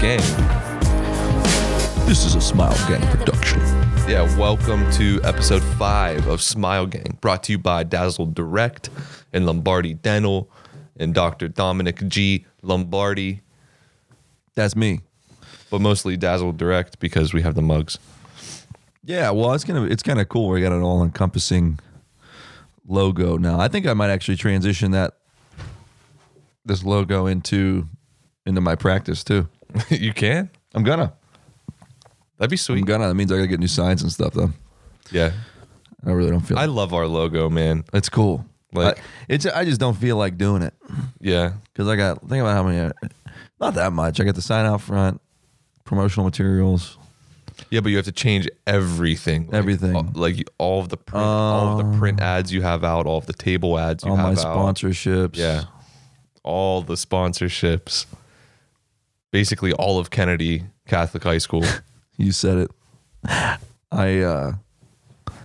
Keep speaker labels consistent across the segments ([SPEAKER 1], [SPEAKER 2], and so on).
[SPEAKER 1] Gang.
[SPEAKER 2] This is a Smile Gang production.
[SPEAKER 1] Yeah, welcome to episode five of Smile Gang, brought to you by Dazzle Direct and Lombardi Dental and Dr. Dominic G. Lombardi,
[SPEAKER 2] That's me.
[SPEAKER 1] but mostly Dazzle Direct because we have the mugs.
[SPEAKER 2] Yeah, well, it's gonna it's kind of cool. We got an all encompassing logo now. I think I might actually transition that this logo into into my practice too.
[SPEAKER 1] you can?
[SPEAKER 2] I'm gonna.
[SPEAKER 1] That'd be
[SPEAKER 2] I'm
[SPEAKER 1] sweet.
[SPEAKER 2] gonna. That means I gotta get new signs and stuff though.
[SPEAKER 1] Yeah.
[SPEAKER 2] I really don't feel.
[SPEAKER 1] I love our logo, man.
[SPEAKER 2] it's cool.
[SPEAKER 1] Like-
[SPEAKER 2] I, it's. I just don't feel like doing it
[SPEAKER 1] Yeah.
[SPEAKER 2] because I got think about how many. Not that much. I got the sign out front, promotional materials.
[SPEAKER 1] Yeah, but you have to change everything. Like,
[SPEAKER 2] Everything.
[SPEAKER 1] all- like all of the print, all of the print ads you have out, all of the table ads you
[SPEAKER 2] all my
[SPEAKER 1] have out.
[SPEAKER 2] sponsorships.
[SPEAKER 1] Yeah. All the sponsorships. Basically all of Kennedy Catholic High School.
[SPEAKER 2] You said it. I uh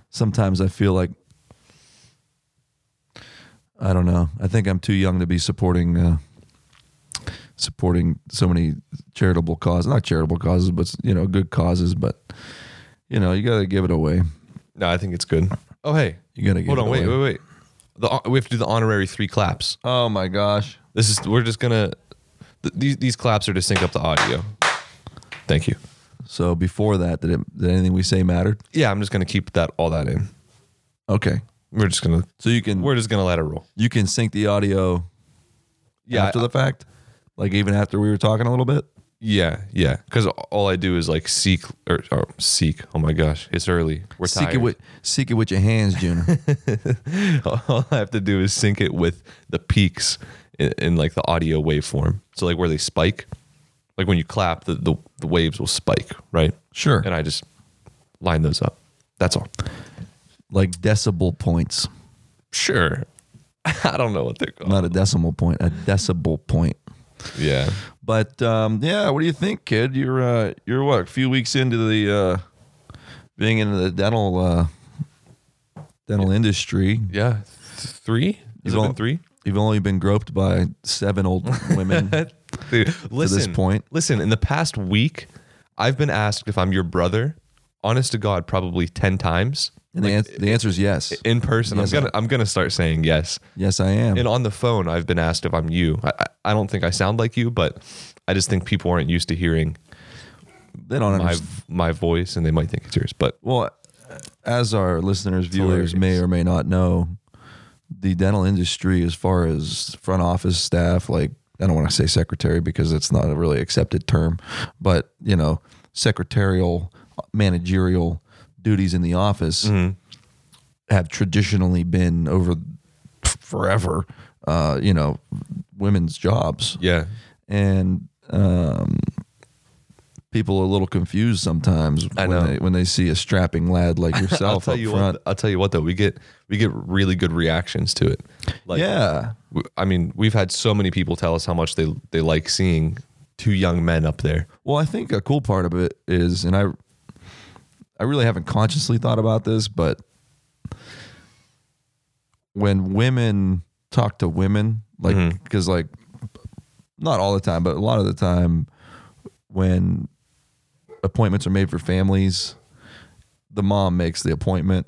[SPEAKER 2] sometimes I feel like I don't know. I think I'm too young to be supporting uh supporting so many charitable causes. Not charitable causes, but you know, good causes, but you know, you got to give it away.
[SPEAKER 1] no, I think it's good. Oh hey.
[SPEAKER 2] You got to give
[SPEAKER 1] Hold
[SPEAKER 2] it
[SPEAKER 1] on, wait,
[SPEAKER 2] away.
[SPEAKER 1] wait, wait. The we have to do the honorary three claps.
[SPEAKER 2] Oh my gosh.
[SPEAKER 1] This is we're just gonna th- these these claps are to sync up the audio. Thank you.
[SPEAKER 2] So before that, did, it, did anything we say mattered?
[SPEAKER 1] Yeah, I'm just gonna keep that all that in.
[SPEAKER 2] Okay.
[SPEAKER 1] We're just gonna
[SPEAKER 2] So you can
[SPEAKER 1] we're just gonna let it roll.
[SPEAKER 2] you can sync the audio
[SPEAKER 1] Yeah,
[SPEAKER 2] after the fact? Like even after we were talking a little bit?
[SPEAKER 1] Yeah, yeah. Because all I do is like seek or, or seek. Oh my gosh, it's early. We're
[SPEAKER 2] Seek
[SPEAKER 1] tired.
[SPEAKER 2] it with seek it with your hands, Junior.
[SPEAKER 1] all I have to do is sync it with the peaks in, in like the audio waveform. So like where they spike, like when you clap, the the, the waves will spike, right?
[SPEAKER 2] sure.
[SPEAKER 1] And I just line those up. That's all.
[SPEAKER 2] like decibel points,
[SPEAKER 1] Sure. I don't know what they're called.
[SPEAKER 2] not a decimal point, a decibel point.
[SPEAKER 1] Yeah.
[SPEAKER 2] But um, yeah, what do you think, kid? You're uh, you're what a few weeks into the uh, being into the dental uh, dental industry.
[SPEAKER 1] Yeah. Th- three. Has
[SPEAKER 2] You've
[SPEAKER 1] it been
[SPEAKER 2] all-
[SPEAKER 1] three?
[SPEAKER 2] You've only been groped by seven old women.
[SPEAKER 1] Dude, listen,
[SPEAKER 2] point.
[SPEAKER 1] Listen, in the past week, I've been asked if I'm your brother. Honest to God, probably ten times
[SPEAKER 2] And the, ans- the answer is yes.
[SPEAKER 1] in person.
[SPEAKER 2] Yes,
[SPEAKER 1] I'm gonna I'm gonna start saying yes.
[SPEAKER 2] Yes, I am.
[SPEAKER 1] And on the phone, I've been asked if I'm you. I, I- I don't think I sound like you, but I just think people aren't used to hearing
[SPEAKER 2] they don't
[SPEAKER 1] my
[SPEAKER 2] understand.
[SPEAKER 1] my voice, and they might think it's yours. But
[SPEAKER 2] Well, as our listeners, viewers
[SPEAKER 1] hilarious.
[SPEAKER 2] may or may not know, the dental industry, as far as front office staff, like I don't want to say secretary because it's not a really accepted term, but you know, secretarial, managerial duties in the office have traditionally been over forever, uh, you know, women's jobs
[SPEAKER 1] yeah,
[SPEAKER 2] and um, people are a little confused sometimes
[SPEAKER 1] I
[SPEAKER 2] when
[SPEAKER 1] know.
[SPEAKER 2] they when they see a strapping lad like
[SPEAKER 1] I'll
[SPEAKER 2] yourself
[SPEAKER 1] tell
[SPEAKER 2] up
[SPEAKER 1] you
[SPEAKER 2] front.
[SPEAKER 1] what. I'll tell you what though. We get we get really good reactions to it. Like,
[SPEAKER 2] yeah,
[SPEAKER 1] w- I mean, we've had so many people tell us how much they they like seeing two young men up there.
[SPEAKER 2] Well, I think a cool part of it is, and I, I really haven't consciously thought about this, but when women talk to women,
[SPEAKER 1] Mm-hmm.
[SPEAKER 2] like, because like, not all the time, but a lot of the time, when appointments are made for families, the mom makes the appointment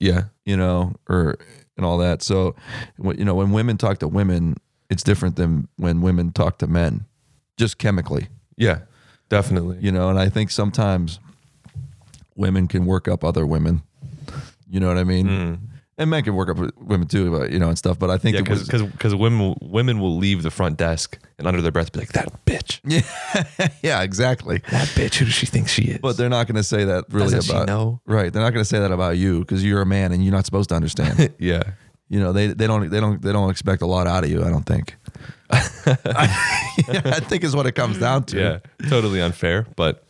[SPEAKER 1] Yeah,
[SPEAKER 2] you know, or and all that. So, wh- you know, when women talk to women, it's different than when women talk to men, just chemically,
[SPEAKER 1] yeah, definitely.
[SPEAKER 2] you know. And I think sometimes women can work up other women. You know what I mean? And men can work up women too, but you know, and stuff. But I think
[SPEAKER 1] Yeah,
[SPEAKER 2] it was-
[SPEAKER 1] because because women will- women will leave the front desk and under their breath be like that bitch,
[SPEAKER 2] yeah, exactly.
[SPEAKER 1] that bitch. Who does she think she is?
[SPEAKER 2] But they're not going to say that really
[SPEAKER 1] Doesn't she
[SPEAKER 2] about
[SPEAKER 1] know?
[SPEAKER 2] right. They're not going to say that about you because you're a man and you're not supposed to understand.
[SPEAKER 1] yeah,
[SPEAKER 2] you know, they they don't they don't they don't expect a lot out of you. I don't think. I think is what it comes down to.
[SPEAKER 1] yeah, totally unfair. But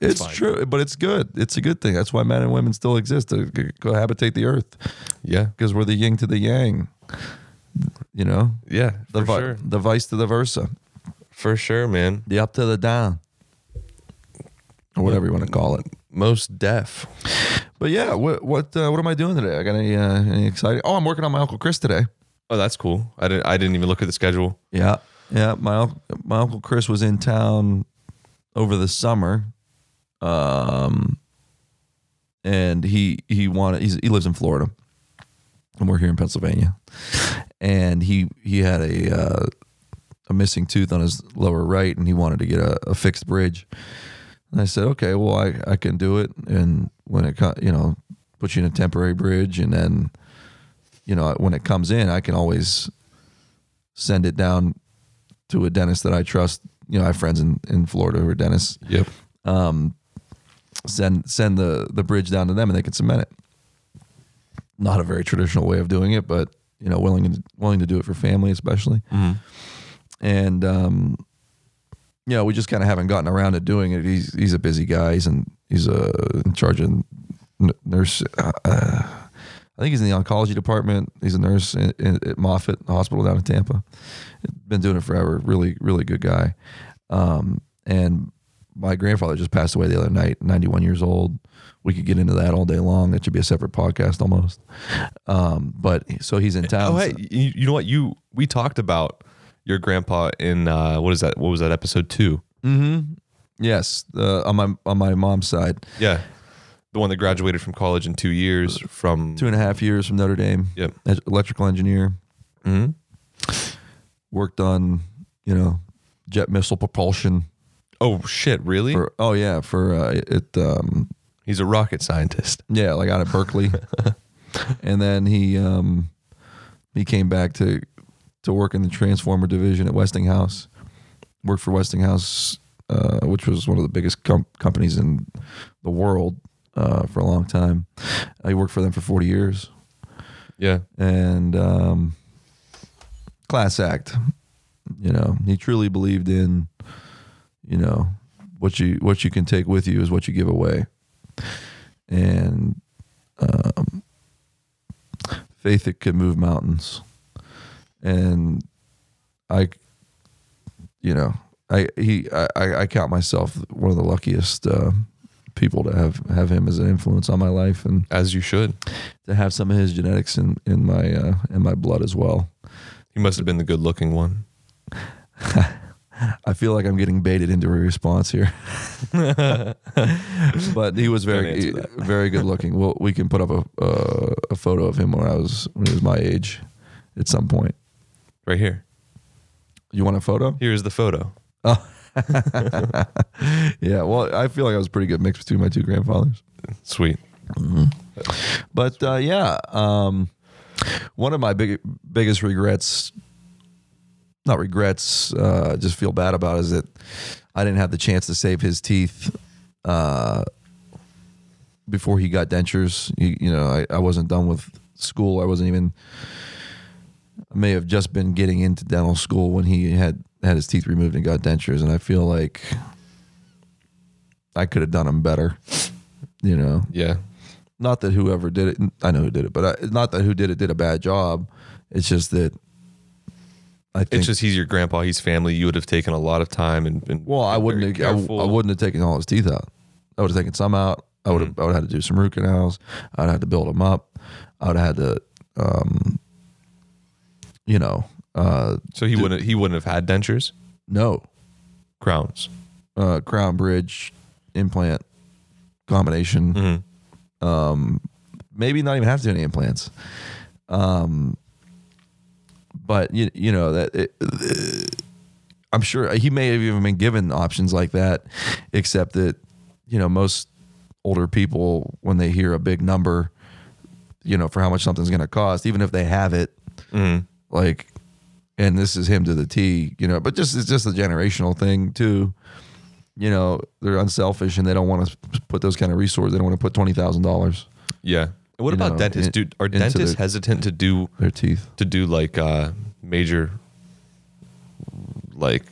[SPEAKER 2] It's
[SPEAKER 1] fine.
[SPEAKER 2] true, but it's good. It's a good thing. That's why men and women still exist to c- cohabitate the earth
[SPEAKER 1] yeah,
[SPEAKER 2] because we're the yin to the yang. You know,
[SPEAKER 1] yeah,
[SPEAKER 2] the
[SPEAKER 1] for
[SPEAKER 2] vi-
[SPEAKER 1] sure,
[SPEAKER 2] the vice to the versa,
[SPEAKER 1] for sure, man.
[SPEAKER 2] the up to the down, or whatever you want to call it.
[SPEAKER 1] Most deaf.
[SPEAKER 2] But yeah, what what uh, what am I doing today? I got any uh, any exciting? Oh, I'm working on my Uncle Chris today.
[SPEAKER 1] Oh, that's cool. I didn't I didn't even look at the schedule.
[SPEAKER 2] Yeah, Yeah, my uncle, my uncle Chris was in town over the summer, um, and he he wanted he's, he lives in Florida, and we're here in Pennsylvania, and he he had a uh, a missing tooth on his lower right, and he wanted to get a, a fixed bridge, and I said, okay, well I I can do it, and when it co- you know put you in a temporary bridge, and then you know when it comes in, I can always send it down to a dentist that I trust. You know, I have friends in, in Florida who are dentists. Um,
[SPEAKER 1] Yep.
[SPEAKER 2] Send send the the bridge down to them, and they can cement it. Not a very traditional way of doing it, but you know, willing to, willing to do it for family, especially.
[SPEAKER 1] Mm-hmm.
[SPEAKER 2] And um, yeah, we just kind of haven't gotten around to doing it. He's he's a busy guy. He's in he's uh, in charge of n- nurse. Uh, uh, I think he's in the oncology department. He's a nurse in, in, at Moffitt Hospital down in Tampa. Been doing it forever. Really, really good guy. Um, and my grandfather just passed away the other night, 91 years old. We could get into that all day long. That should be a separate podcast almost. Um, but so he's in town.
[SPEAKER 1] Oh, hey, you, you know what? You we talked about your grandpa in uh, what is that? What was that episode two?
[SPEAKER 2] Mm-hmm. Yes, uh, on my on my mom's side,
[SPEAKER 1] Yeah, the one that graduated from college in two years from.
[SPEAKER 2] two and a half years from Notre Dame.
[SPEAKER 1] Yep. Mm-hmm.
[SPEAKER 2] as- electrical engineer. Worked on, you know, jet missile propulsion.
[SPEAKER 1] Oh shit! Really?
[SPEAKER 2] For, oh yeah, for uh, it. Um,
[SPEAKER 1] He's a rocket scientist.
[SPEAKER 2] yeah, like out at Berkeley, and then he um, he came back to to work in the transformer division at Westinghouse. Worked for Westinghouse, uh, which was one of the biggest com- companies in the world uh, for a long time. I worked for them for forty years.
[SPEAKER 1] Yeah.
[SPEAKER 2] and um, class act. You know, he truly believed in, you know, what you what you can take with you is what you give away, and um, faith that could move mountains. And I, you know, I he I, I I count myself one of the luckiest uh, people to have have him as an influence on my life and
[SPEAKER 1] As you should.
[SPEAKER 2] to have some of his genetics in in my uh, in my blood as well.
[SPEAKER 1] He must have been the good-looking one.
[SPEAKER 2] I feel like I'm getting baited into a response here, but he was very
[SPEAKER 1] Don't answer
[SPEAKER 2] very good looking. Well, we can put up a uh, a photo of him when I was when he was my age, at some point.
[SPEAKER 1] Right here.
[SPEAKER 2] You want a photo?
[SPEAKER 1] Here is the photo.
[SPEAKER 2] Yeah. Well, I feel like I was a pretty good mix between my two grandfathers.
[SPEAKER 1] Sweet.
[SPEAKER 2] But uh, yeah, um, one of my big, biggest regrets, not regrets, uh, just feel bad about is that I didn't have the chance to save his teeth uh, before he got dentures. You, you know, I, I wasn't done with school. I wasn't even, I may have just been getting into dental school when he had, had his teeth removed and got dentures. And I feel like I could have done him better, you know?
[SPEAKER 1] Yeah.
[SPEAKER 2] not that whoever did it, I know who did it, but I, not that who did it did a bad job. It's just that I think.
[SPEAKER 1] It's just he's your grandpa. He's family. You would have taken a lot of time and been.
[SPEAKER 2] well,
[SPEAKER 1] been
[SPEAKER 2] I
[SPEAKER 1] very
[SPEAKER 2] wouldn't. Have, I,
[SPEAKER 1] careful.
[SPEAKER 2] I wouldn't have taken all his teeth out. I would have taken some out. I would have.
[SPEAKER 1] Mm-hmm.
[SPEAKER 2] I would have had to do some root canals. I'd have had to build them up. I would have had to, um, you know, uh,
[SPEAKER 1] So he wouldn't. He wouldn't have had dentures,
[SPEAKER 2] no
[SPEAKER 1] crowns.
[SPEAKER 2] uh, crown bridge implant combination. Um, maybe not even have to do any implants. Um, but you you know that it, uh, I'm sure he may have even been given options like that, except that you know most older people when they hear a big number, you know for how much something's going to cost, even if they have it, Mm-hmm. like. And this is him to the T, you know. But just it's just a generational thing too you know they're unselfish and they don't want to put those kind of resources. They don't want to put twenty thousand dollars
[SPEAKER 1] Yeah. And what
[SPEAKER 2] You
[SPEAKER 1] about
[SPEAKER 2] know,
[SPEAKER 1] dentists,
[SPEAKER 2] in-
[SPEAKER 1] dude? Are
[SPEAKER 2] into
[SPEAKER 1] dentists
[SPEAKER 2] the-
[SPEAKER 1] hesitant to do
[SPEAKER 2] their teeth.
[SPEAKER 1] to do like uh, major like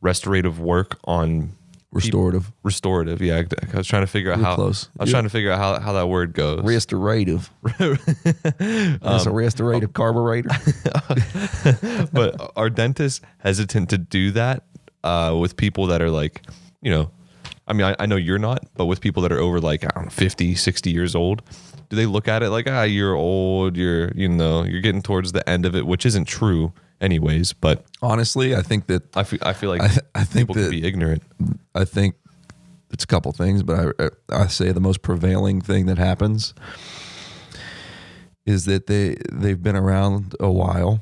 [SPEAKER 1] restorative work on
[SPEAKER 2] Restorative,
[SPEAKER 1] restorative? Yeah. I was trying to figure out
[SPEAKER 2] You're
[SPEAKER 1] how.
[SPEAKER 2] close.
[SPEAKER 1] I was
[SPEAKER 2] You're-
[SPEAKER 1] trying to figure out how, how that word goes.
[SPEAKER 2] restorative. That's
[SPEAKER 1] Um,
[SPEAKER 2] a
[SPEAKER 1] oh.
[SPEAKER 2] restorative carburetor.
[SPEAKER 1] but are dentists hesitant to do that uh, with people that are like, you know, I mean, I, I know you're not, but with people that are over like, I don't know, 50, 60 years old, do they look at it like, ah, you're old, you're, you know, you're getting towards the end of it, which isn't true. anyways. But
[SPEAKER 2] Honestly, I think that
[SPEAKER 1] I feel I feel like
[SPEAKER 2] I th- I think
[SPEAKER 1] people
[SPEAKER 2] that-
[SPEAKER 1] can be ignorant.
[SPEAKER 2] I think it's a couple things, but I I say the most prevailing thing that happens is that they they've been around a while,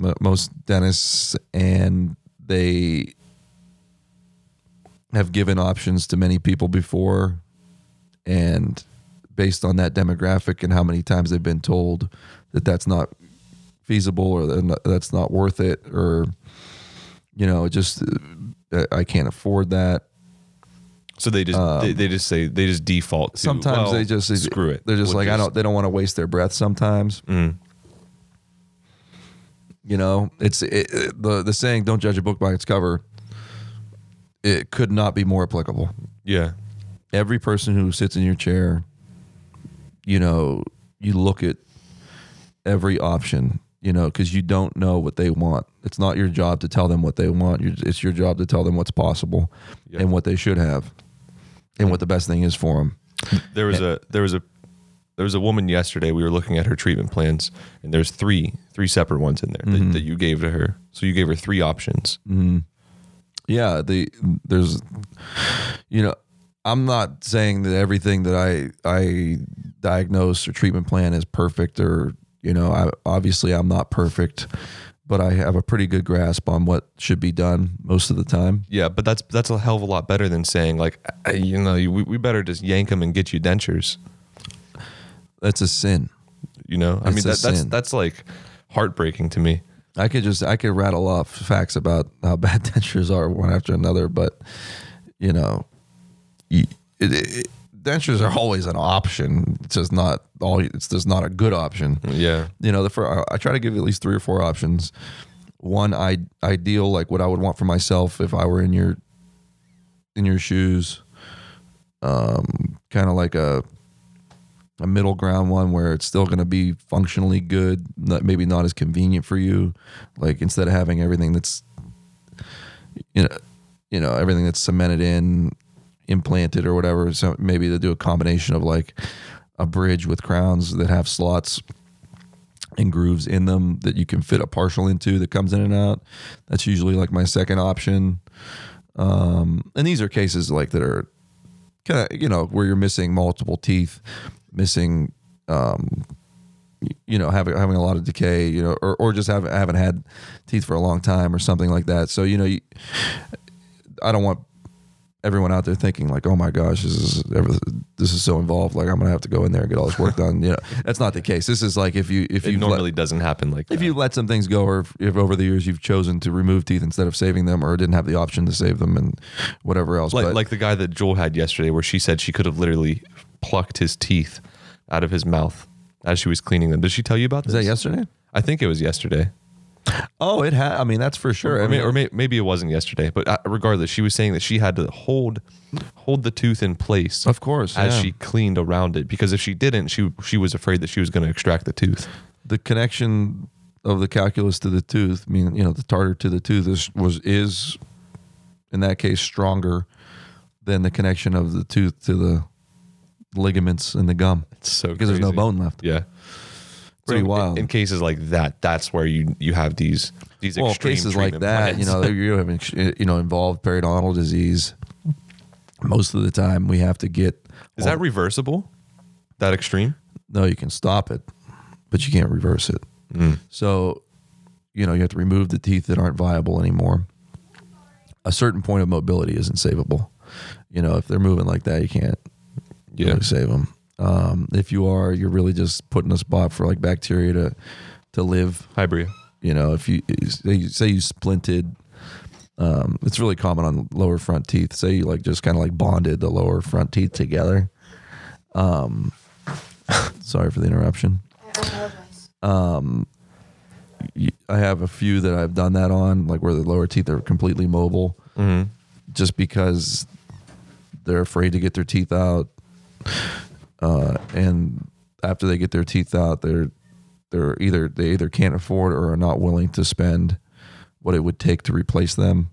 [SPEAKER 2] m- most dentists, and they have given options to many people before, and based on that demographic and how many times they've been told that that's not feasible or that no- that's not worth it or you know just uh, I can't afford that
[SPEAKER 1] So they just they, they just say they just default. To,
[SPEAKER 2] Um, sometimes
[SPEAKER 1] well,
[SPEAKER 2] they just
[SPEAKER 1] screw it.
[SPEAKER 2] They're just
[SPEAKER 1] We'll Mm,
[SPEAKER 2] like I don't. They don't want to waste their breath. Sometimes, you know, it's it, it- the the saying "Don't judge a book by its cover." It could not be more applicable.
[SPEAKER 1] Yeah,
[SPEAKER 2] Every person who sits in your chair, you know, you look at every option, you know, because you don't know what they want. It's not your job to tell them what they want. you it's your job to tell them what's possible
[SPEAKER 1] Yep.
[SPEAKER 2] and what they should have and what the best thing is for them.
[SPEAKER 1] there was a there was a there was a woman yesterday. We were looking at her treatment plans, and there's three three separate ones in there that, that you gave to her. So you gave her three options.
[SPEAKER 2] yeah the there's you know i'm not saying that everything that i i diagnose or treatment plan is perfect or you know i obviously i'm not perfect but i have a pretty good grasp on what should be done most of the time
[SPEAKER 1] Yeah, but that's that's a hell of a lot better than saying like I, you know we, we better just yank them and get you dentures.
[SPEAKER 2] that's a sin
[SPEAKER 1] You know, I mean
[SPEAKER 2] It's a
[SPEAKER 1] that, that's
[SPEAKER 2] sin.
[SPEAKER 1] that's like heartbreaking to me.
[SPEAKER 2] I could just I could rattle off facts about how bad dentures are one after another, but you know, y- it, it, it- dentures are always an option. It's just not all. It's just not a good option.
[SPEAKER 1] Yeah.
[SPEAKER 2] You know, the fir- I I try to give at least three or four options. One I ideal, like what I would want for myself if I were in your in your shoes. Um, kind of like a a middle ground one where it's still going to be functionally good, not, maybe not as convenient for you. Like instead of having everything that's you know, you know everything that's cemented in, implanted or whatever. So maybe they do a combination of like a bridge with crowns that have slots and grooves in them that you can fit a partial into that comes in and out. That's usually like my second option. Um, and these are cases like that are kind of you know where you're missing multiple teeth, missing um, y- you know having having a lot of decay, you know, or, or just haven't haven't had teeth for a long time or something like that. So you know, you, I don't want everyone out there thinking like, oh my gosh, this is ever, this is so involved. Like I'm gonna have to go in there and get all this work done. You know, that's not the case. This is like if you if
[SPEAKER 1] It
[SPEAKER 2] you
[SPEAKER 1] normally doesn't happen like
[SPEAKER 2] if
[SPEAKER 1] that.
[SPEAKER 2] you let some things go, or if, if over the years you've chosen to remove teeth instead of saving them, or didn't have the option to save them, and whatever else,
[SPEAKER 1] like
[SPEAKER 2] but
[SPEAKER 1] like the guy that Joel had yesterday, where she said she could have literally plucked his teeth out of his mouth as she was cleaning them. Did she tell you about this?
[SPEAKER 2] is that yesterday?
[SPEAKER 1] I think it was yesterday.
[SPEAKER 2] Oh, it had. I mean, that's for sure.
[SPEAKER 1] I
[SPEAKER 2] I
[SPEAKER 1] mean,
[SPEAKER 2] mean,
[SPEAKER 1] or may, maybe it wasn't yesterday, but uh, regardless, she was saying that she had to hold hold the tooth in place,
[SPEAKER 2] Of course,
[SPEAKER 1] as
[SPEAKER 2] yeah.
[SPEAKER 1] she cleaned around it, because if she didn't, she she was afraid that she was going to extract the tooth.
[SPEAKER 2] the connection of the calculus to the tooth. I mean, you know, the tartar to the tooth is, was is in that case stronger than the connection of the tooth to the ligaments and the gum
[SPEAKER 1] It's so
[SPEAKER 2] because there's no
[SPEAKER 1] crazy.
[SPEAKER 2] bone left.
[SPEAKER 1] Yeah,
[SPEAKER 2] Pretty
[SPEAKER 1] in-
[SPEAKER 2] wild.
[SPEAKER 1] In, cases like that, that's where you you have these these
[SPEAKER 2] well,
[SPEAKER 1] extreme
[SPEAKER 2] cases like
[SPEAKER 1] treatment
[SPEAKER 2] that, you
[SPEAKER 1] plans.
[SPEAKER 2] know, you're having you know involved periodontal disease. Most of the time, we have to get.
[SPEAKER 1] is that reversible? That extreme?
[SPEAKER 2] no? You can stop it, but you can't reverse it.
[SPEAKER 1] Mm.
[SPEAKER 2] So, you know, you have to remove the teeth that aren't viable anymore. A certain point of mobility isn't savable. You know, if they're moving like that, you can't
[SPEAKER 1] Yeah.
[SPEAKER 2] really save them. Um, if you are, you're really just putting a spot for like bacteria to to live.
[SPEAKER 1] Hi, Bria.
[SPEAKER 2] you know if you say you, say you splinted um, it's really common on lower front teeth say you like just kind of like bonded the lower front teeth together um, sorry for the interruption You- i have a few that i've done that on like where the lower teeth are completely mobile just because they're afraid to get their teeth out uh, and after they get their teeth out they're they're either they either can't afford or are not willing to spend what it would take to replace them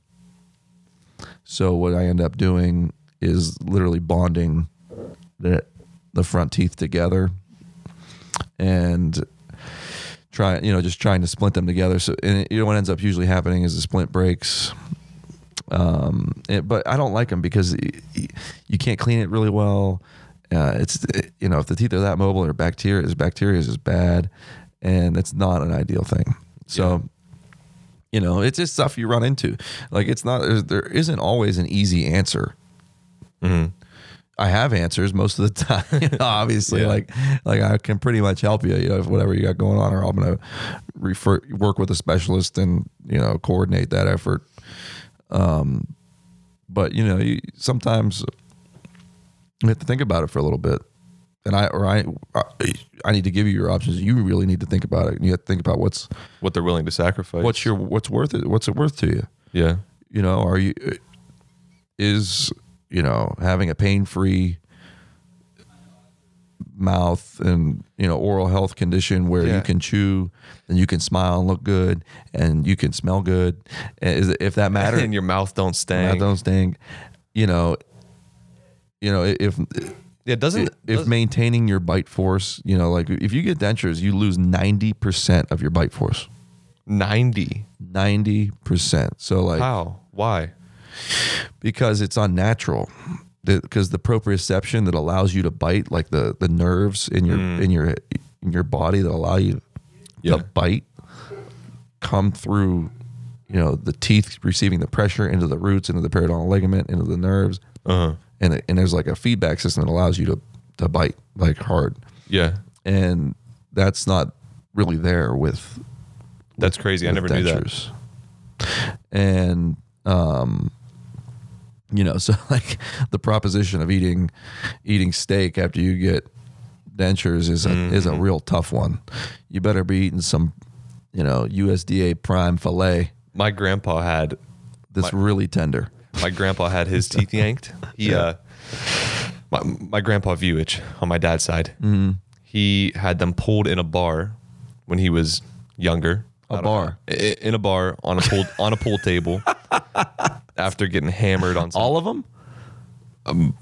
[SPEAKER 2] so what i end up doing is literally bonding the the front teeth together and try you know just trying to splint them together. So and it, you know what ends up usually happening is the splint breaks. Um, it, but I don't like them because y- y- you can't clean it really well. Uh, it's you know if the teeth are that mobile or bacteria is bacteria is bad, and it's not an ideal thing. So you know it's just stuff you run into. Like it's not there's- there isn't always an easy answer. I have answers most of the time. you know, obviously,
[SPEAKER 1] Yeah.
[SPEAKER 2] like like I can pretty much help you. You know, if whatever you got going on, or I'm gonna refer work with a specialist and you know coordinate that effort. Um, but you know, you sometimes you have to think about it for a little bit, and I or I I need to give you your options. You really need to think about it, and you have to think about what's
[SPEAKER 1] What they're willing to sacrifice.
[SPEAKER 2] what's your what's worth it. What's it worth to you?
[SPEAKER 1] yeah.
[SPEAKER 2] you know are you is you know having a pain-free mouth and you know oral health condition where
[SPEAKER 1] Yeah.
[SPEAKER 2] you can chew and you can smile and look good and you can smell good eh, is if that matters
[SPEAKER 1] And your mouth don't
[SPEAKER 2] I
[SPEAKER 1] stank.
[SPEAKER 2] don't think you know you know if
[SPEAKER 1] yeah, doesn't
[SPEAKER 2] if
[SPEAKER 1] does-
[SPEAKER 2] maintaining your bite force you know like if you get dentures you lose 90% of your bite force
[SPEAKER 1] 90.
[SPEAKER 2] 90% so like
[SPEAKER 1] How? Why?
[SPEAKER 2] because it's unnatural because the proprioception that allows you to bite like the the nerves in your in your in your body that allow you
[SPEAKER 1] Yeah.
[SPEAKER 2] to bite come through you know the teeth receiving the pressure into the roots into the periodontal ligament into the nerves
[SPEAKER 1] Uh-huh.
[SPEAKER 2] and it, and there's like a feedback system that allows you to to bite like hard
[SPEAKER 1] Yeah.
[SPEAKER 2] and that's not really there with
[SPEAKER 1] That's crazy. I never
[SPEAKER 2] with
[SPEAKER 1] knew that.
[SPEAKER 2] dentures. And um, you know, so like the proposition of eating eating steak after you get dentures is a is
[SPEAKER 1] Mm-hmm.
[SPEAKER 2] a real tough one. You better be eating some, you know, USDA prime fillet
[SPEAKER 1] My grandpa had
[SPEAKER 2] that's really tender.
[SPEAKER 1] my grandpa had his teeth yanked. He uh my my grandpa Viewich on my dad's side. He had them pulled in a bar when he was younger.
[SPEAKER 2] A
[SPEAKER 1] I don't
[SPEAKER 2] bar.
[SPEAKER 1] know. I- in a bar on a pool on a pool table after getting hammered on some,
[SPEAKER 2] All of them?
[SPEAKER 1] the,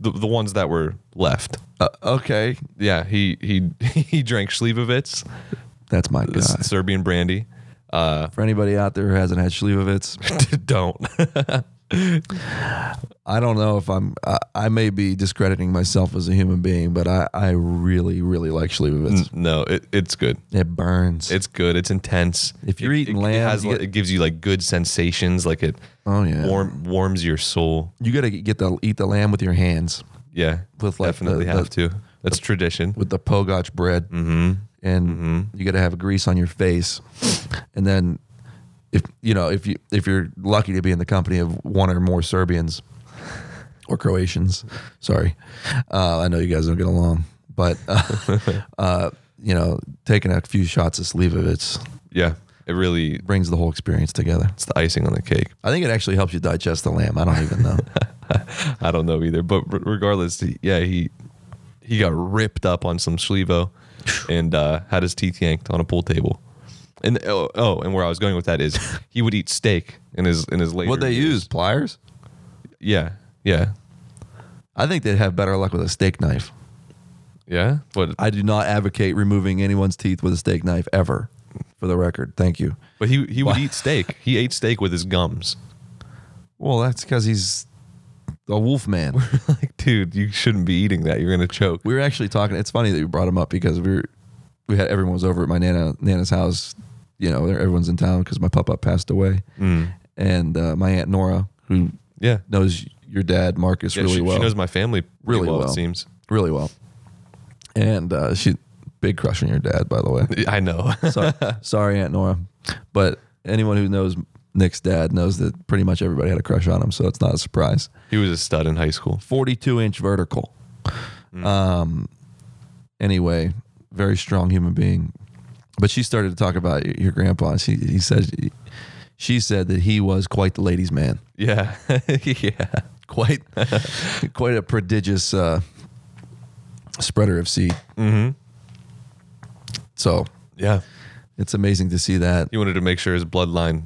[SPEAKER 1] the ones that were left.
[SPEAKER 2] Uh, okay,
[SPEAKER 1] Yeah, he he he drank Slivovitz,
[SPEAKER 2] that's my guy.
[SPEAKER 1] s- Serbian brandy.
[SPEAKER 2] For anybody out there who hasn't had Shlivovitz,
[SPEAKER 1] Don't.
[SPEAKER 2] I don't know if I'm. I, I may be discrediting myself as a human being, but I, I really, really like Shlivovitz.
[SPEAKER 1] no, it, it's good.
[SPEAKER 2] It burns.
[SPEAKER 1] It's good. It's intense.
[SPEAKER 2] If you're
[SPEAKER 1] It-
[SPEAKER 2] eating
[SPEAKER 1] it, it,
[SPEAKER 2] lamb,
[SPEAKER 1] has,
[SPEAKER 2] you
[SPEAKER 1] like-
[SPEAKER 2] get-
[SPEAKER 1] it gives you like good sensations. Like it
[SPEAKER 2] Oh, yeah.
[SPEAKER 1] warm, warms your soul.
[SPEAKER 2] you got to get the eat the lamb with your hands
[SPEAKER 1] Yeah,
[SPEAKER 2] With, like,
[SPEAKER 1] definitely
[SPEAKER 2] the-
[SPEAKER 1] have
[SPEAKER 2] the-
[SPEAKER 1] to. That's tradition.
[SPEAKER 2] with the pogach bread, mm-hmm. and you got to have grease on your face, and then if you know if you if you're lucky to be in the company of one or more Serbians or Croatians, sorry, uh, I know you guys don't get along, but uh, uh, you know taking a few shots of Slivovitz
[SPEAKER 1] Yeah, it really
[SPEAKER 2] brings the whole experience together.
[SPEAKER 1] it's the icing on the cake.
[SPEAKER 2] I think it actually helps you digest the lamb. I don't even know.
[SPEAKER 1] I don't know either, but re- regardless, he- yeah, he he got ripped up on some Schlevo and uh, had his teeth yanked on a pool table. And oh, oh, and where I was going with that is he would eat steak in his in his later.
[SPEAKER 2] what they
[SPEAKER 1] years.
[SPEAKER 2] use pliers?
[SPEAKER 1] Yeah, yeah,
[SPEAKER 2] I think they'd have better luck with a steak knife.
[SPEAKER 1] yeah. But
[SPEAKER 2] I do not advocate removing anyone's teeth with a steak knife ever. For the record, thank you.
[SPEAKER 1] But he he would eat steak. He ate steak with his gums.
[SPEAKER 2] Well, that's because he's a wolf man.
[SPEAKER 1] like, dude, you shouldn't be eating that. You're gonna choke.
[SPEAKER 2] we were actually talking. It's funny that you brought him up because we were, we had everyone was over at my nana nana's house. You know, everyone's in town because my papa passed away, and uh, my aunt Nora, who
[SPEAKER 1] Yeah,
[SPEAKER 2] knows your dad Marcus
[SPEAKER 1] Yeah,
[SPEAKER 2] really
[SPEAKER 1] she,
[SPEAKER 2] well,
[SPEAKER 1] she knows my family pretty
[SPEAKER 2] really well,
[SPEAKER 1] It seems.
[SPEAKER 2] really well, and uh, she big crush on your dad, by the way.
[SPEAKER 1] I know.
[SPEAKER 2] sorry, sorry, Aunt Nora. But anyone who knows Nick's dad knows that pretty much everybody had a crush on him, so it's not a surprise.
[SPEAKER 1] he was a stud in high school.
[SPEAKER 2] 42 inch vertical. Um, anyway, very strong human being. But she started to talk about y- your grandpa. And she he said she said that he was quite the ladies' man,
[SPEAKER 1] Yeah, yeah.
[SPEAKER 2] quite quite a prodigious uh, spreader of seed. Mm-hmm. So
[SPEAKER 1] Yeah.
[SPEAKER 2] it's amazing to see that.
[SPEAKER 1] He wanted to make sure his bloodline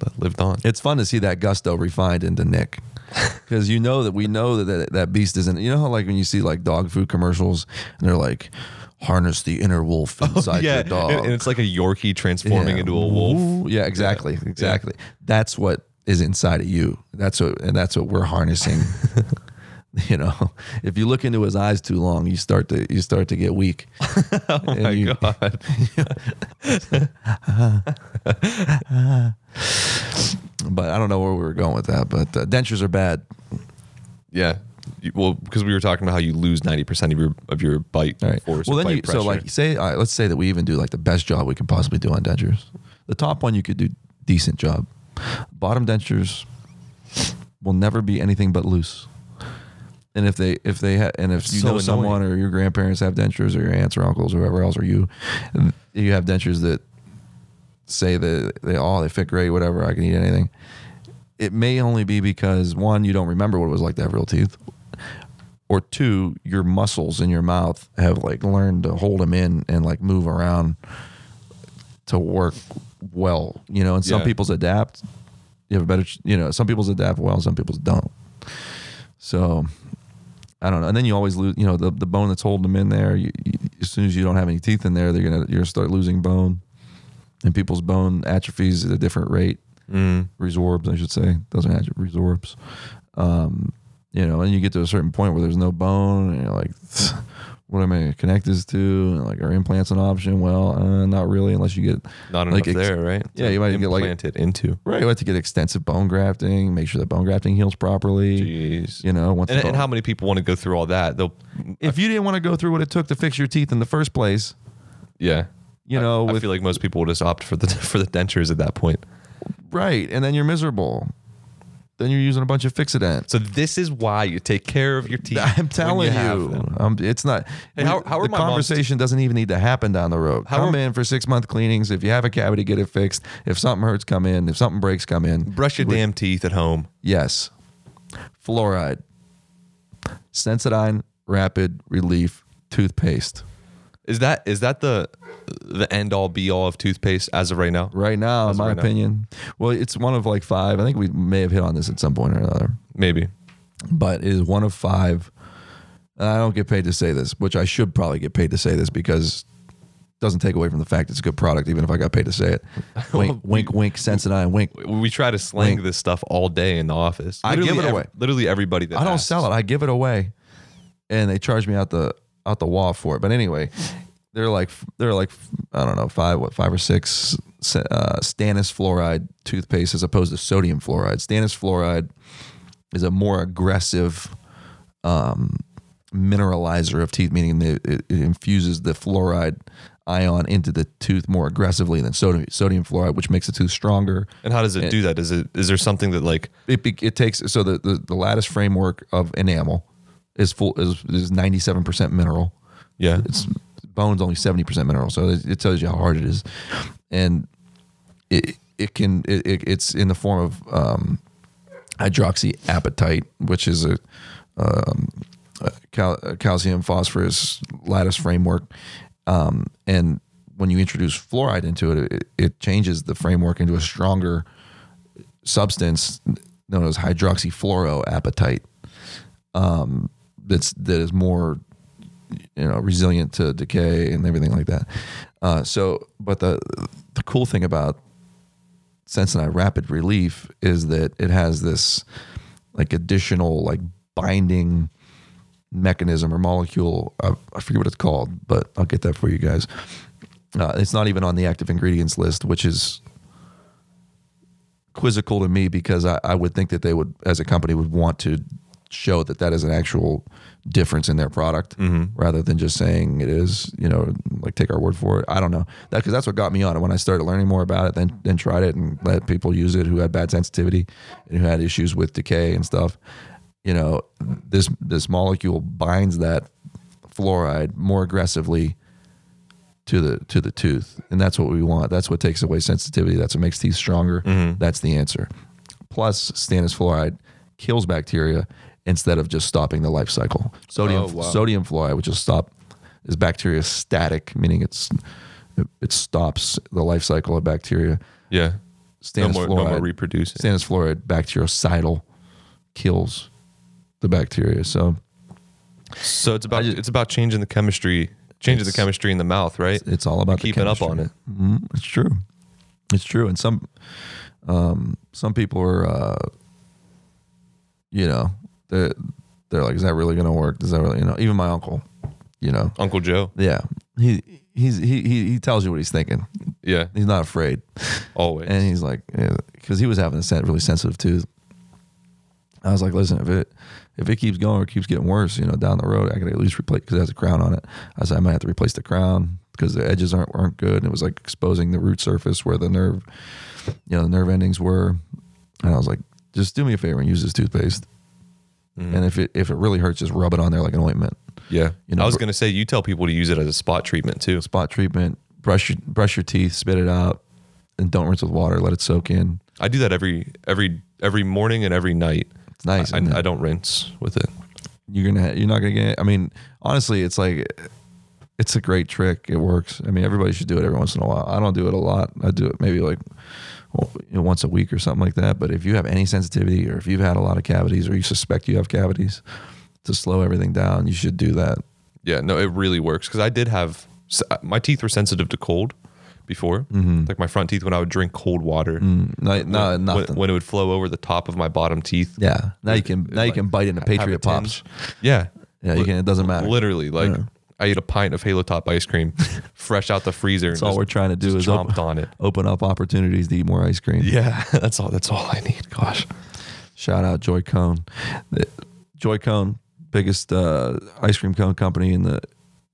[SPEAKER 1] that lived on.
[SPEAKER 2] it's fun to see that gusto refined into Nick. Because you know that we know that, that that beast isn't. You know how like when you see like dog food commercials and they're like, harness the inner wolf inside
[SPEAKER 1] Oh, yeah,
[SPEAKER 2] your dog.
[SPEAKER 1] And, and it's like a Yorkie transforming
[SPEAKER 2] Yeah.
[SPEAKER 1] into a wolf.
[SPEAKER 2] Ooh, Yeah, exactly, exactly. That's what is inside of you. That's what, and that's what we're harnessing. you know, if you look into his eyes too long, you start to you start to get weak. oh
[SPEAKER 1] My God,
[SPEAKER 2] But I don't know where we were going with that. But uh, dentures are bad.
[SPEAKER 1] yeah. You- Well, because we were talking about how you lose ninety percent of your of your bite
[SPEAKER 2] All right.
[SPEAKER 1] force.
[SPEAKER 2] well,
[SPEAKER 1] or
[SPEAKER 2] then
[SPEAKER 1] bite
[SPEAKER 2] you so
[SPEAKER 1] pressure.
[SPEAKER 2] like say all right, let's say that we even do like the best job we can possibly do on dentures. The top one you could do decent job. Bottom dentures will never be anything but loose. And if they if they ha- and if you
[SPEAKER 1] so
[SPEAKER 2] know someone or your grandparents have dentures or your aunts or uncles or whoever else or you you have dentures that say that they all they fit great whatever I can eat anything. It may only be because one you don't remember what it was like to have real teeth or two, your muscles in your mouth have like learned to hold them in and like move around to work well, you know. And some
[SPEAKER 1] Yeah.
[SPEAKER 2] people's adapt. You have a better, ch- you know. Some people's adapt well, some people's don't. So I don't know. And then you always lose, you know, the, the bone that's holding them in there. You, you, as soon as you don't have any teeth in there, they're gonna you're gonna start losing bone, and people's bone atrophies at a different rate.
[SPEAKER 1] Mm.
[SPEAKER 2] Resorbs, I should say, doesn't atrophy, resorbs. Um, you know, and you get to a certain point where there's no bone, and you're like, what am I gonna connect this to? And like, are implants an option? Well, uh, not really, unless you get
[SPEAKER 1] not enough
[SPEAKER 2] like ex-
[SPEAKER 1] there, right?
[SPEAKER 2] yeah,
[SPEAKER 1] To
[SPEAKER 2] you might get, like-
[SPEAKER 1] implant it into.
[SPEAKER 2] Right, you have to get extensive bone grafting. Make sure that bone grafting heals properly.
[SPEAKER 1] Jeez.
[SPEAKER 2] You know, once the
[SPEAKER 1] And, and
[SPEAKER 2] bone-
[SPEAKER 1] how many people want to go through all that? They'll,
[SPEAKER 2] if you didn't want to go through what it took to fix your teeth in the first place,
[SPEAKER 1] yeah.
[SPEAKER 2] you know,
[SPEAKER 1] I
[SPEAKER 2] with,
[SPEAKER 1] feel like most people would just opt for the for the dentures at that point.
[SPEAKER 2] right, and then you're miserable. Then you're using a bunch of Fixident.
[SPEAKER 1] So this is why you take care of your teeth.
[SPEAKER 2] I'm
[SPEAKER 1] when
[SPEAKER 2] telling
[SPEAKER 1] have
[SPEAKER 2] you,
[SPEAKER 1] them.
[SPEAKER 2] um, it's not.
[SPEAKER 1] Hey, how- how are
[SPEAKER 2] the
[SPEAKER 1] my mom's-
[SPEAKER 2] conversation doesn't even need to happen down the road.
[SPEAKER 1] How
[SPEAKER 2] come
[SPEAKER 1] are-
[SPEAKER 2] in for six month cleanings. If you have a cavity, get it fixed. If something hurts, come in. If something breaks, come in.
[SPEAKER 1] brush your damn teeth at home.
[SPEAKER 2] Yes. Fluoride. Sensodyne Rapid Relief Toothpaste.
[SPEAKER 1] Is that is that the the end all be all of toothpaste as of right now?
[SPEAKER 2] Right now, in
[SPEAKER 1] of
[SPEAKER 2] my
[SPEAKER 1] right now.
[SPEAKER 2] opinion. Well, it's one of like five. I think we may have hit on this at some point or another,
[SPEAKER 1] Maybe.
[SPEAKER 2] but it is one of five. And I don't get paid to say this, which I should probably get paid to say this because it doesn't take away from the fact it's a good product, even if I got paid to say it. Wink, wink, wink, Sensodyne, wink.
[SPEAKER 1] We- We try to slang this stuff all day in the office.
[SPEAKER 2] I give it
[SPEAKER 1] ev-
[SPEAKER 2] away.
[SPEAKER 1] Literally everybody that
[SPEAKER 2] I don't
[SPEAKER 1] asks.
[SPEAKER 2] sell it. I give it away, and they charge me out the out the wall for it. But anyway, they're like they're like I don't know five what five or six uh, stannous fluoride toothpaste as opposed to sodium fluoride. Stannous fluoride is a more aggressive um, mineralizer of teeth, meaning that it, it infuses the fluoride ion into the tooth more aggressively than sodium sodium fluoride, which makes the tooth stronger
[SPEAKER 1] And how does it do that? Is it is there something that like
[SPEAKER 2] it be, it takes so the, the the lattice framework of enamel is full is is ninety seven percent mineral.
[SPEAKER 1] yeah
[SPEAKER 2] It's bones only seventy percent mineral, so it, it tells you how hard it is, and it it can it, it, it's in the form of um, hydroxyapatite, which is a, um, a, cal- a calcium phosphorus lattice framework, um, and when you introduce fluoride into it, it, it changes the framework into a stronger substance known as hydroxyfluoroapatite um, that's that is more you know resilient to decay and everything like that uh, so but the the cool thing about Sensodyne rapid relief is that it has this like additional like binding mechanism or molecule I, I forget what it's called but I'll get that for you guys uh, it's not even on the active ingredients list which is quizzical to me because I, I would think that they would, as a company, would want to show that that is an actual difference in their product rather than just saying it is, you know, like take our word for it. I don't know that because that's what got me on it when I started learning more about it, then then tried it and let people use it who had bad sensitivity and who had issues with decay and stuff. You know, this this molecule binds that fluoride more aggressively to the to the tooth, and that's what we want. That's what takes away sensitivity. That's what makes teeth stronger.
[SPEAKER 1] Mm-hmm.
[SPEAKER 2] That's the answer. Plus, stannous fluoride kills bacteria instead of just stopping the life cycle. Sodium
[SPEAKER 1] Oh, wow.
[SPEAKER 2] sodium fluoride, which will stop, is bacteria static, meaning it's it, it stops the life cycle of bacteria.
[SPEAKER 1] yeah no
[SPEAKER 2] Stannous
[SPEAKER 1] more no more
[SPEAKER 2] fluoride,
[SPEAKER 1] reproducing.
[SPEAKER 2] stannous fluoride, bactericidal kills the bacteria. So
[SPEAKER 1] So it's about it's about changing the chemistry changes the chemistry in the mouth, right?
[SPEAKER 2] It's all about the
[SPEAKER 1] keeping up on
[SPEAKER 2] chemistry.
[SPEAKER 1] it.
[SPEAKER 2] Mhm, it's true. It's true. And some um, some people are uh, you know, they're they're like, is that really gonna work? Does that really you know, even my uncle, you know.
[SPEAKER 1] Uncle Joe.
[SPEAKER 2] Yeah. He he's he he, he tells you what he's thinking.
[SPEAKER 1] Yeah,
[SPEAKER 2] He's not afraid.
[SPEAKER 1] always.
[SPEAKER 2] And he's like, because he was having a sen- really sensitive tooth. I was like, listen, if it if it keeps going or keeps getting worse, you know, down the road, I could at least replace because it has a crown on it. I said I might have to replace the crown because the edges aren't aren't good, and it was like exposing the root surface where the nerve, you know, the nerve endings were. And I was like, just do me a favor and use this toothpaste.
[SPEAKER 1] Mm.
[SPEAKER 2] And if it if it really hurts, just rub it on there like an ointment.
[SPEAKER 1] yeah,
[SPEAKER 2] you know,
[SPEAKER 1] I was
[SPEAKER 2] for-
[SPEAKER 1] gonna say you tell people to use it as a spot treatment too.
[SPEAKER 2] Spot treatment, brush your brush your teeth, spit it out, and don't rinse with water. Let it soak in.
[SPEAKER 1] I do that every every every morning and every night.
[SPEAKER 2] It's nice.
[SPEAKER 1] I,
[SPEAKER 2] isn't it?
[SPEAKER 1] I don't rinse with it.
[SPEAKER 2] you're gonna ha- you're not gonna get. I mean, honestly, it's like it's a great trick. It works. I mean, everybody should do it every once in a while. I don't do it a lot. I do it maybe like well, you know, once a week or something like that. But if you have any sensitivity, or if you've had a lot of cavities, or you suspect you have cavities, to slow everything down, you should do that.
[SPEAKER 1] Yeah, no, it really works because I did have s- uh, my teeth were sensitive to cold before, like my front teeth when I would drink cold water.
[SPEAKER 2] No, Mm-hmm. Mm. no
[SPEAKER 1] when,
[SPEAKER 2] nothing.
[SPEAKER 1] when it would flow over the top of my bottom teeth.
[SPEAKER 2] yeah. Now you can now you can bite into
[SPEAKER 1] have a
[SPEAKER 2] Patriot pops.
[SPEAKER 1] tinge. Yeah,
[SPEAKER 2] Yeah, you can. It doesn't matter.
[SPEAKER 1] literally like. I ate a pint of Halo Top ice cream, fresh out the freezer.
[SPEAKER 2] That's all we're trying to do is
[SPEAKER 1] chomped
[SPEAKER 2] open,
[SPEAKER 1] on it.
[SPEAKER 2] open up opportunities to eat more ice cream.
[SPEAKER 1] Yeah, that's all. That's all I need. Gosh,
[SPEAKER 2] Shout out Joy Cone. The- Joy Cone, biggest uh, ice cream cone company in the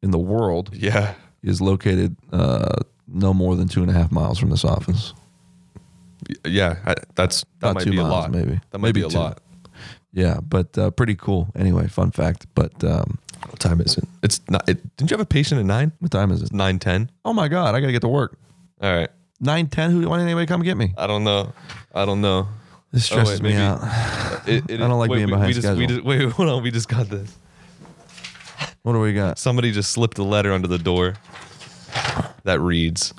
[SPEAKER 2] in the world,
[SPEAKER 1] yeah,
[SPEAKER 2] is located uh, no more than two and a half miles from this office.
[SPEAKER 1] yeah. I, that's that
[SPEAKER 2] Not
[SPEAKER 1] might
[SPEAKER 2] two
[SPEAKER 1] be a
[SPEAKER 2] miles,
[SPEAKER 1] lot.
[SPEAKER 2] maybe.
[SPEAKER 1] that might
[SPEAKER 2] Maybe
[SPEAKER 1] be a
[SPEAKER 2] two.
[SPEAKER 1] lot.
[SPEAKER 2] Yeah, but uh, pretty cool. Anyway, fun fact. But um,
[SPEAKER 1] What time is it? It's not. It, didn't you have a patient at nine?
[SPEAKER 2] what time is it?
[SPEAKER 1] Nine ten.
[SPEAKER 2] Oh my God, I gotta get to work.
[SPEAKER 1] All right.
[SPEAKER 2] Nine ten. Who? Why didn't anybody come get me?
[SPEAKER 1] I don't know. I don't know.
[SPEAKER 2] This
[SPEAKER 1] Oh, wait,
[SPEAKER 2] stresses me
[SPEAKER 1] maybe-
[SPEAKER 2] out.
[SPEAKER 1] It, it,
[SPEAKER 2] I don't like
[SPEAKER 1] wait,
[SPEAKER 2] being
[SPEAKER 1] we,
[SPEAKER 2] behind
[SPEAKER 1] we just, we
[SPEAKER 2] schedule.
[SPEAKER 1] just, Wait, hold on. We just got this.
[SPEAKER 2] What do we got?
[SPEAKER 1] Somebody just slipped a letter under the door that reads,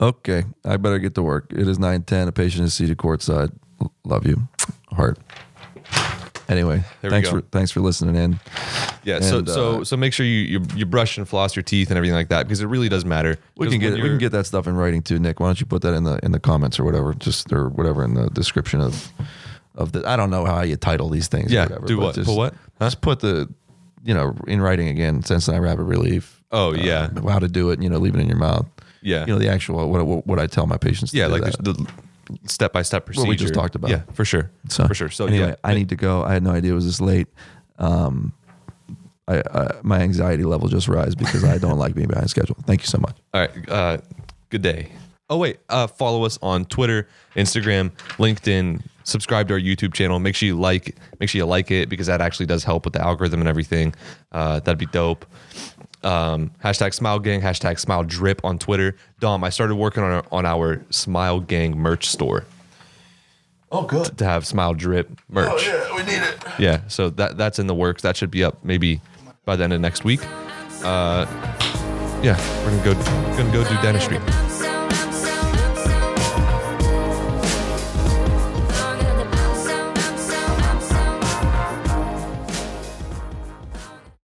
[SPEAKER 2] Okay, I better get to work. It is nine ten. A patient is seated courtside. L- Love you, heart. Anyway,
[SPEAKER 1] There we
[SPEAKER 2] thanks
[SPEAKER 1] go.
[SPEAKER 2] for thanks for listening in.
[SPEAKER 1] "Yeah, so
[SPEAKER 2] And, uh,
[SPEAKER 1] so so make sure you, you you brush and floss your teeth and everything like that because it really does matter.
[SPEAKER 2] We
[SPEAKER 1] 'Cause
[SPEAKER 2] can get
[SPEAKER 1] when
[SPEAKER 2] we can
[SPEAKER 1] you're-
[SPEAKER 2] get that stuff in writing too, Nick. Why don't you put that in the in the comments or whatever, just or whatever in the description of of the. I don't know how you title these things.
[SPEAKER 1] Yeah,
[SPEAKER 2] or whatever,
[SPEAKER 1] do
[SPEAKER 2] but
[SPEAKER 1] what?
[SPEAKER 2] Just,
[SPEAKER 1] Put what? Huh?
[SPEAKER 2] Just put the you know in writing again. Sensory rapid relief.
[SPEAKER 1] Oh
[SPEAKER 2] uh,
[SPEAKER 1] yeah,
[SPEAKER 2] how to do it? You know, leave it in your mouth.
[SPEAKER 1] yeah,
[SPEAKER 2] You know the actual what what, what I tell my patients. To
[SPEAKER 1] yeah,
[SPEAKER 2] do
[SPEAKER 1] like
[SPEAKER 2] that.
[SPEAKER 1] the, the step by step procedure
[SPEAKER 2] What we just talked about.
[SPEAKER 1] Yeah, for sure,
[SPEAKER 2] So,
[SPEAKER 1] for sure. So
[SPEAKER 2] anyway,
[SPEAKER 1] yeah,
[SPEAKER 2] I need to go. I had no idea it was this late. Um, I, I my anxiety level just rise because I don't like being behind schedule. Thank you so much.
[SPEAKER 1] All right. Uh, good day. Oh wait. Uh, follow us on Twitter, Instagram, LinkedIn. Subscribe to our YouTube channel. Make sure you like. Make sure you like it because that actually does help with the algorithm and everything. Uh, that'd be dope. Um, hashtag Smile Gang. Hashtag Smile Drip on Twitter. Dom, I started working on our, on our Smile Gang merch store
[SPEAKER 2] Oh, good. Oh,
[SPEAKER 1] to have Smile Drip merch.
[SPEAKER 2] yeah, we need it.
[SPEAKER 1] Yeah, so that that's in the works. That should be up maybe by the end of next week. Uh, yeah, we're gonna go gonna go do dentistry.
[SPEAKER 3] dentistry.